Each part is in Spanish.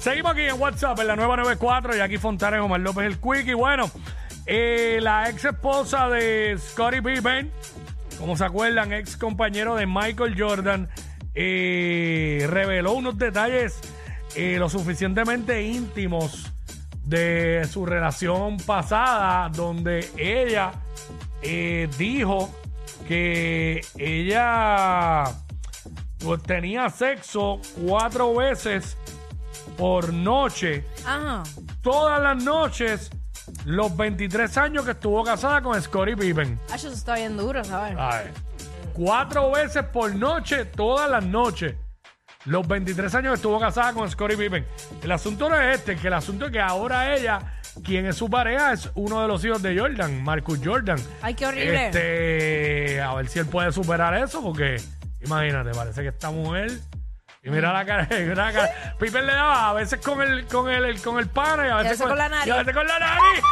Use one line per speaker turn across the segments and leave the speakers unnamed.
Seguimos aquí en WhatsApp en la nueva 94 y aquí Fontanes Omar López el Quick. Y bueno, eh, la ex esposa de Scottie Pippen, como se acuerdan, ex compañero de Michael Jordan, eh, reveló unos detalles eh, lo suficientemente íntimos de su relación pasada, donde ella eh, dijo que ella pues, tenía sexo cuatro veces por noche,
Ajá.
todas las noches, los 23 años que estuvo casada con Scottie Pippen.
Ah, eso está bien duro, ¿sabes?
A ver, Cuatro veces por noche, todas las noches. Los 23 años que estuvo casada con Scottie Pippen. El asunto no es este, que el asunto es que ahora ella, quien es su pareja, es uno de los hijos de Jordan, Marcus Jordan.
Ay, qué horrible.
Este, a ver si él puede superar eso, porque imagínate, parece que esta mujer. Y mira la cara, mira la cara. Pippen le daba a veces con el, con el, el- con el pana y a veces,
veces con la nariz.
Y a veces con la nariz.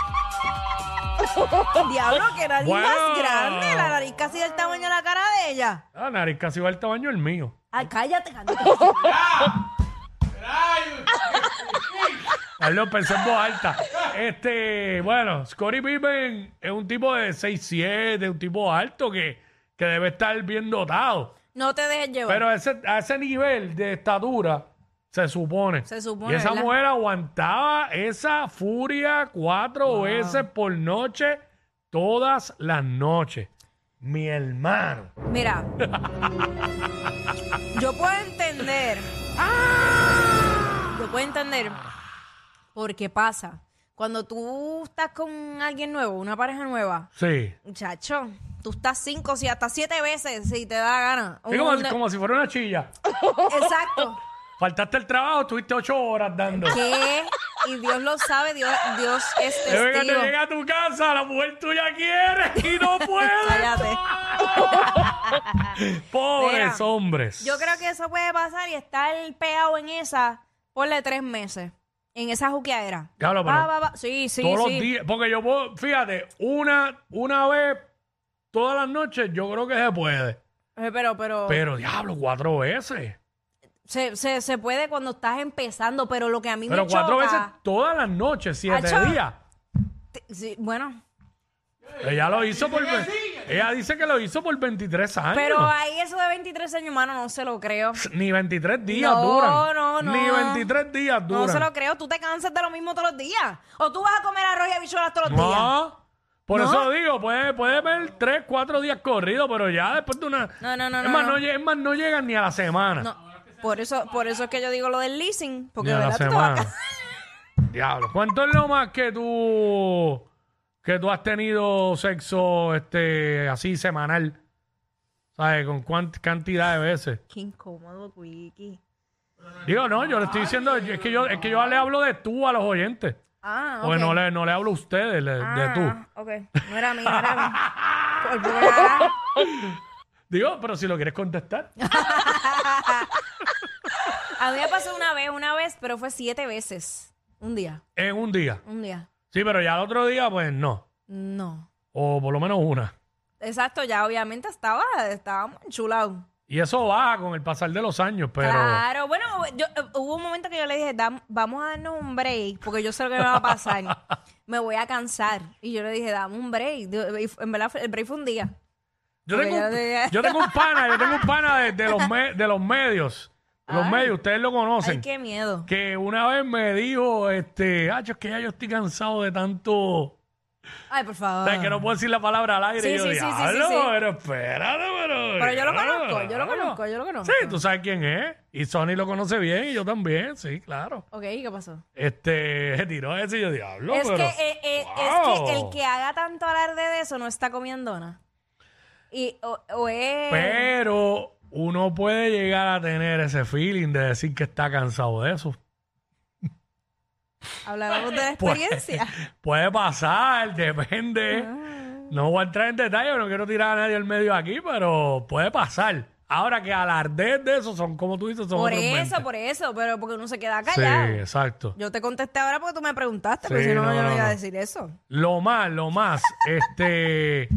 Diablo, que nariz
Bueno.
más grande. La nariz casi del tamaño de la cara de ella.
La nariz casi va al tamaño del mío.
Ay, cállate, cállate.
Carlos pensó en voz alta. Este, bueno, Scottie Pippen es un tipo de 6'7, un tipo alto que, que debe estar bien dotado.
No te dejes llevar.
Pero a ese, a ese nivel de estatura, se supone.
Se supone,
Y esa
¿verdad?
mujer aguantaba esa furia cuatro veces por noche, todas las noches. Mi hermano.
Mira. yo puedo entender.
¡Ah!
Yo puedo entender por qué pasa. Cuando tú estás con alguien nuevo, una pareja nueva,
Sí.
muchacho, tú estás cinco, si hasta siete veces, si te da gana.
Es
Un-
como,
un-
como si fuera una chilla.
Exacto.
Faltaste el trabajo, estuviste ocho horas dando.
¿Qué? Y Dios lo sabe, Dios, Dios es
Debe que
testigo.
te llega a tu casa, la mujer tuya quiere y no puede.
Cállate.
Pobres
Mira,
hombres.
Yo creo que eso puede pasar y estar pegado en esa, ponle tres meses, en esa juqueadera.
Claro, pero
Va, va, va. Sí, sí,
Todos
sí.
los días. Porque yo puedo, fíjate, una, una vez todas las noches yo creo que se puede.
Eh, Pero, pero,
Pero diablo, cuatro veces.
Se, se, se puede cuando estás empezando, pero lo que a mí
Pero
me
cuatro
choca...
veces todas las noches, siete
Acho.
días.
te- sí, bueno,
Ella lo hizo por. ve- Ella dice que lo hizo por 23 años.
pero ah, ahí eso de 23 años, mano, no se lo creo.
Ni 23 días
No,
duran.
no, no.
Ni 23 días duran.
No se lo creo. Tú te cansas de lo mismo todos los días. O tú vas a comer arroz y habichuelas todos los días.
No. Por
¿No?
eso digo, puede, puede ver tres, cuatro días corridos, pero ya después de una.
No, no, no,
Es
no,
más,
no.
no, lle- es más, no llegan ni a la semana.
No, por eso, por eso es que yo digo lo del leasing, porque
ni a la
¿verdad? Tú te vas a
semana.
casar.
Diablo. ¿Cuánto es lo más que tú. que tú has tenido sexo este así semanal? ¿Sabes? ¿Con cuánta cantidad de veces?
Qué incómodo, Quiki.
Digo, no, yo le estoy diciendo, es que yo, es que yo le hablo de tú a los oyentes.
Ah, ok.
Porque no le, no le hablo a ustedes, le- de tú.
Ah, ok. No era mío, era mío. Por poco era-
Digo, pero si lo quieres contestar.
A mí me pasó una vez, una vez, pero fue siete veces. Un día,
En un día.
un día.
Sí, pero ya al otro día, pues no.
No.
O por lo menos una.
Exacto, ya obviamente estaba, estábamos enchulados.
Y eso baja con el pasar de los años, pero.
Claro, bueno, yo, eh, hubo un momento que yo le dije, "Dam- vamos a darnos un break, porque yo sé lo que me va a pasar. me voy a cansar. Y yo le dije, dame un break. Digo, y f- En verdad, fue- el break fue un día.
Yo tengo,
Porque
un,
yo te-
yo tengo un pana, yo tengo un pana de, de los, me- de los medios. De los
Ay.
medios, ustedes lo
Ah. Ay,
conocen.
qué miedo.
Que una vez me dijo, este, ah, yo es que ya yo estoy cansado de tanto.
Ay, por favor.
O sea, que no puedo decir la palabra al aire.
Ah. Sí,
y yo,
sí, sí, sí, sí,
"Diablo,
sí".
pero espérate, pero.
Pero yo lo
claro,
conozco, yo lo
claro".
conozco, yo lo conozco.
Sí, tú sabes quién es. Y Sony lo conoce bien, y yo también, sí, claro.
Ok, ¿qué pasó?
Este, se tiró ese y yo, diablo.
es,
pero,
que, eh, eh, es que el que haga
Pues,
tanto alarde de eso no está comiendo nada. Y, o, o es...
Pero uno puede llegar a tener ese feeling de decir que está cansado de eso.
Hablábamos de la
Puede-
experiencia.
Puede pasar, depende.
Ah.
No voy a entrar en detalle, no quiero tirar a nadie al medio aquí, pero puede pasar. Ahora que alardes de eso son, como tú dices, son
Por
otros 20.
eso, pues, por eso, pero porque uno se queda
Sí,
callado.
exacto.
Yo te contesté ahora porque tú me preguntaste,
Sí,
pero si no,
no,
yo no,
no,
iba a
no.
decir eso.
Lo más, lo más, este,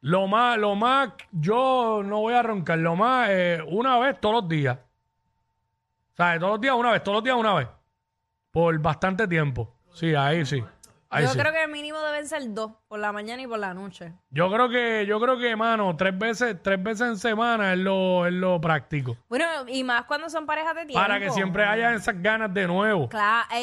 lo más, lo más, yo no voy a roncar, lo más, eh, una vez todos los días. O sea, todos los días una vez, todos los días una vez. Por bastante tiempo. Sí, ahí sí. Ahí
yo
sí.
creo que el mínimo deben ser dos, por la mañana y por la noche.
Yo creo que, yo creo que, mano, tres veces, tres veces en semana es lo, es lo práctico.
Bueno, y más cuando son parejas de tiempo.
Para que siempre haya esas ganas de nuevo.
Claro,
Sí,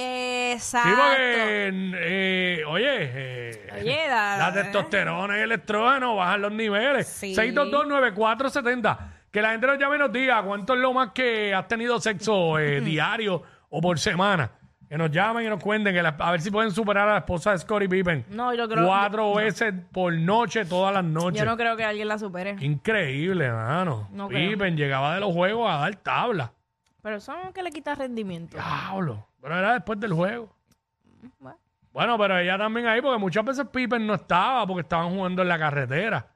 exacto.
porque, eh, oye, eh,
Oye, da-
la testosterona y el estrógeno bajan los niveles.
Sí.
6229470. Que la gente nos llame y nos diga cuánto es lo más que has tenido sexo eh, diario o por semana. Que nos llamen y nos cuenten, que la- a ver si pueden superar a la esposa de Scottie Pippen.
No, yo creo-
Cuatro veces por noche, todas las noches.
Yo no creo que alguien la supere.
Increíble, mano.
No creo.
Pippen llegaba de los juegos a dar tabla.
Pero eso no es que le quita rendimiento.
Ah, Diablo. Pero era después del juego.
Bueno.
Bueno, pero ella también ahí, porque muchas veces Pippen no estaba porque estaban jugando en la carretera.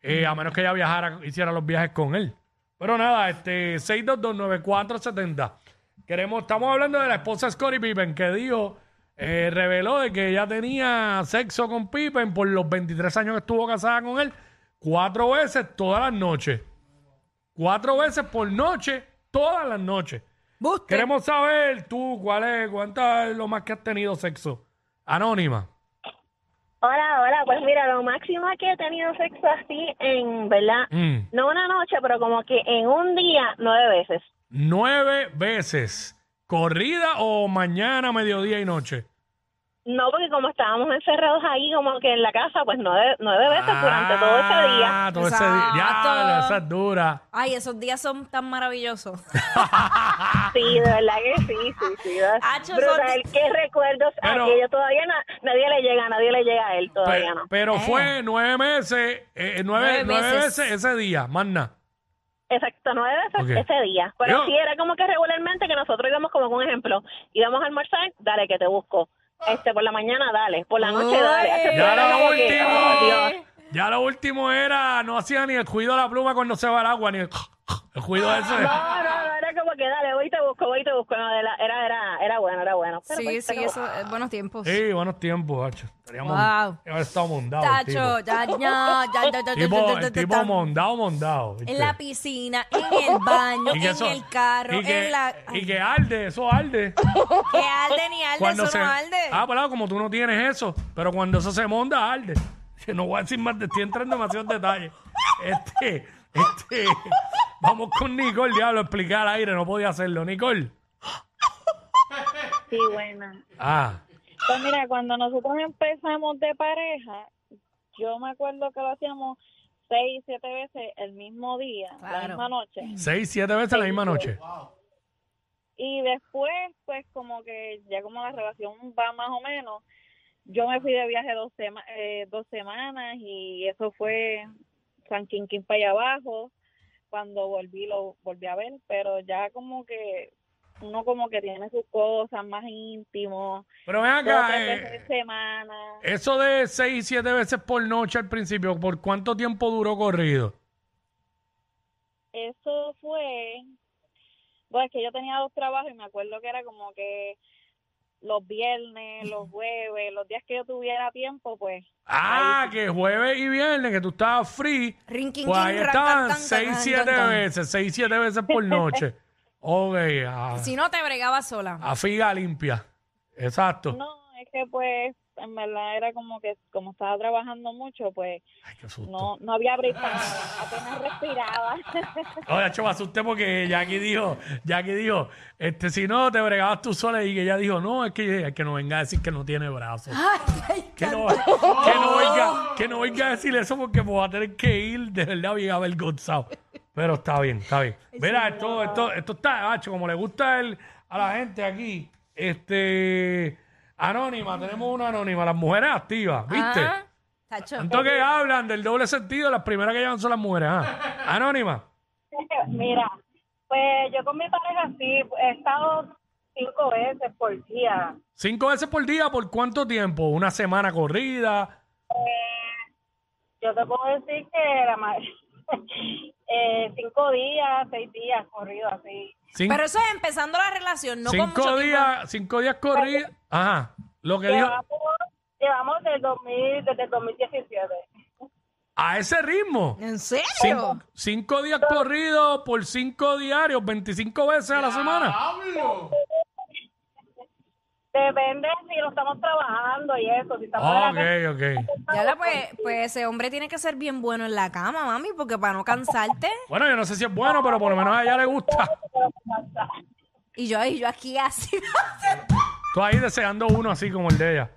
Eh, a menos que ella viajara, hiciera los viajes con él. Pero nada, este 6229470. Queremos, estamos hablando de la esposa de Scottie Pippen que dijo, eh, reveló de que ella tenía sexo con Pippen por los 23 años que estuvo casada con él, cuatro veces todas las noches. Cuatro veces por noche, todas las noches.
Buste.
Queremos saber tú cuál es, cuánta es lo más que has tenido sexo. Anónima.
Hola, hola, pues mira, lo máximo que he tenido sexo así en, ¿verdad?
Mm.
No una noche, pero como que en un día, nueve veces.
Nueve veces. ¿Corrida o mañana, mediodía y noche?
No, porque como estábamos encerrados ahí, como que en la casa, pues nueve, nueve veces durante todo ese día.
Ah, todo ese día.
Exacto.
Diablo, esa es dura.
Ay, esos días son tan maravillosos.
Sí, de verdad que sí, sí, sí. de-
Hacho,
Brutal,
son-
qué recuerdos
Pero- Pues,
aquello. Todavía na- nadie le llega, nadie le llega a él,
Pe-
todavía no.
pero fue nueve meses, eh, nueve,
Eh. Nueve
nueve
veces.
veces ese día, más nada.
Exacto, nueve veces
Ok.
ese día. Pero
Yo-
sí, era como que regularmente que nosotros íbamos como un ejemplo. Íbamos a almorzar, dale que te busco. Este, por la mañana, dale. Por la noche, dale. Así
Ay.
que
Ya
era
lo
como que, oh, Dios.
último. Ya lo último era, no hacía ni el cuido de la pluma cuando se va el agua, ni el, el cuido ese.
No, no, no, era como que dale, voy y te busco, voy y te busco. No, era, era, era, era bueno, era bueno. Pero
Sí,
pues,
sí,
pero-
eso, eh, buenos tiempos.
Sí, buenos tiempos, Hacho. Estaríamos.
Wow.
Haber estado mondado. el
Tacho, ya, ya, ya, ya, ya, ya,
Tipo,
ya,
tipo,
ya,
el
ya,
tipo
ya.
mondado, mondado. ¿viste?
En la piscina, en el baño,
Y que
en
eso-
el carro,
y que,
en la...
y que arde, eso arde.
Que arde ni arde, eso no arde.
Ah, pero como tú no tienes eso, pero cuando eso se monda, arde. No voy a decir más, te estoy entrando en demasiados detalles. Este, este. Vamos con Nicole, diablo, explicar al aire, no podía hacerlo. Nicole.
Sí, buena.
Ah,
Pues mira, cuando nosotros empezamos de pareja, yo me acuerdo que lo hacíamos seis, siete veces el mismo día,
Claro.
la misma noche.
seis, siete veces la misma noche.
Y después, pues como que ya como la relación va más o menos, yo me fui de viaje dos, sema- eh, dos semanas y eso fue San Quinquín para allá abajo. Cuando volví, lo volví a ver, pero ya como que uno como que tiene sus cosas más íntimos,
Pero ven
dos
acá.
tres
eh,
veces en semana.
Eso de 6, 7 veces por noche al principio, ¿por cuánto tiempo duró corrido?
Eso fue, bueno, es que yo tenía dos trabajos y me acuerdo que era como que los viernes, los jueves, los días que yo tuviera tiempo, pues
Ah, que jueves y viernes, que tú estabas free.
Rinquín,
Pues ahí
quín,
estaban
rancan,
6,
tan,
7
tan, tan.
veces, 6, 7 veces por noche. Ok, a,
Si no, te bregaba sola.
a figa limpia. Exacto.
No, es que pues en verdad era como que como estaba trabajando mucho, pues
Ay, qué susto.
no no había break para nada, apenas respiraba.
Oye, hecho, me asusté porque Jackie dijo, Jackie dijo, este, si no, te bregabas tú sola y que ella dijo, no, es que, es que no venga a decir que no tiene brazos. que, no, que, no venga, que no venga a decir eso porque me voy a tener que ir de verdad bien avergonzado. Pero está bien, está bien. Mira, esto, esto, esto está, macho, como le gusta el, a la gente aquí, este, anónima, tenemos una anónima, las mujeres activas, ¿viste?
Ah, Tacho.
Tanto que hablan del doble sentido, las primeras que llevan son las mujeres. ah. Anónima.
Mira, pues yo con mi pareja sí, he estado cinco veces por día.
Cinco veces por día, ¿por cuánto tiempo? ¿Una semana corrida?
Yo te puedo decir que la ma- eh, cinco días, seis días corrido así.
Cin-
Pero eso es empezando la relación, no
cinco
con mucho tiempo.
días, cinco días corrida. Ajá. Lo que dijo.
Llevamos, llevamos del 2000, desde el 2017.
A ese ritmo.
¿En serio?
Cinco, cinco días corridos por cinco diarios, 25 veces a la semana.
Depende si lo estamos trabajando y eso, si estamos
Ah,
en la
ok, ok.
Ya la, pues, pues ese hombre tiene que ser bien bueno en la cama, mami, porque para no cansarte.
Bueno, yo no sé si es bueno, pero por lo menos a ella le gusta.
Y yo, y yo aquí así.
Tú ahí deseando uno así como el de ella.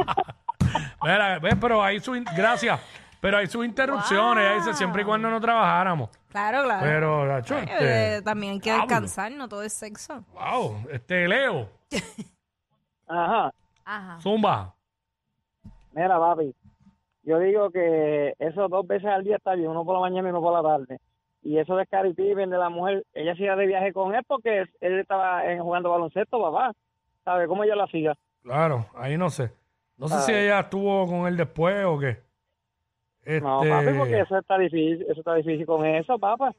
Mira, ve, pero ahí su. in- Gracias. Pero hay sus interrupciones. Ella dice siempre y cuando no trabajáramos.
claro, claro.
Pero, este, la
Eh, eh, también hay que descansar, no todo es sexo.
Wow, este Leo.
Ajá.
Ajá.
Zumba.
Mira, papi, yo digo que eso dos veces al día está bien, uno por la mañana y uno por la tarde. Y eso de Cari Pippen, de la mujer, ella se iba de viaje con él porque él estaba eh, jugando baloncesto, papá. ¿Sabe cómo ella la siga?
Claro, ahí no sé. No sé
Ah.
si ella estuvo con él después o qué. Este,
No, papi, porque eso está difícil, eso está difícil con eso, papá.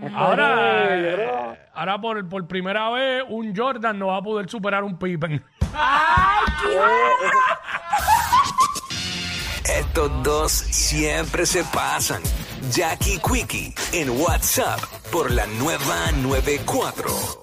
Eso
Ahora,
es, yo creo-
ahora por, por primera vez, un Jordan no va a poder superar un Pippen.
Estos dos siempre se pasan. Jackie Quickie en WhatsApp por la nueva 94.